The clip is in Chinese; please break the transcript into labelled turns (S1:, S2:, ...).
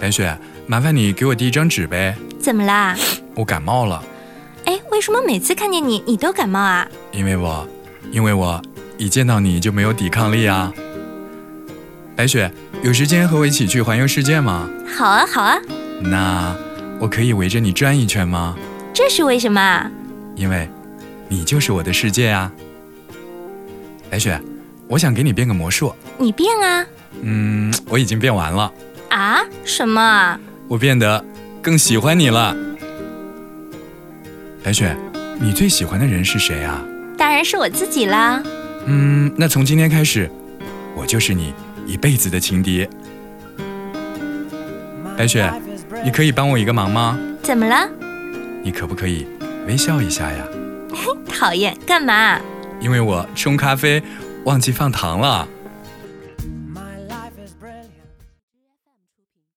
S1: 白雪，麻烦你给我递一张纸呗，
S2: 怎么啦？
S1: 我感冒了，
S2: 哎，为什么每次看见你，你都感冒啊？
S1: 因为我，因为我一见到你就没有抵抗力啊。白雪，有时间和我一起去环游世界吗？
S2: 好啊，好啊，
S1: 那我可以围着你转一圈吗？
S2: 这是为什么啊？
S1: 因为，你就是我的世界啊。白雪，我想给你变个魔术，
S2: 你变啊
S1: 嗯，我已经变完了，
S2: 啊什么啊？
S1: 我变得更喜欢你了。白雪，你最喜欢的人是谁啊？
S2: 当然是我自己啦。
S1: 嗯，那从今天开始，我就是你一辈子的情敌。白雪，你可以帮我一个忙吗？
S2: 怎么了？
S1: 你可不可以微笑一下呀？
S2: 讨厌，干嘛？啊
S1: 因为我冲咖啡忘记放糖了。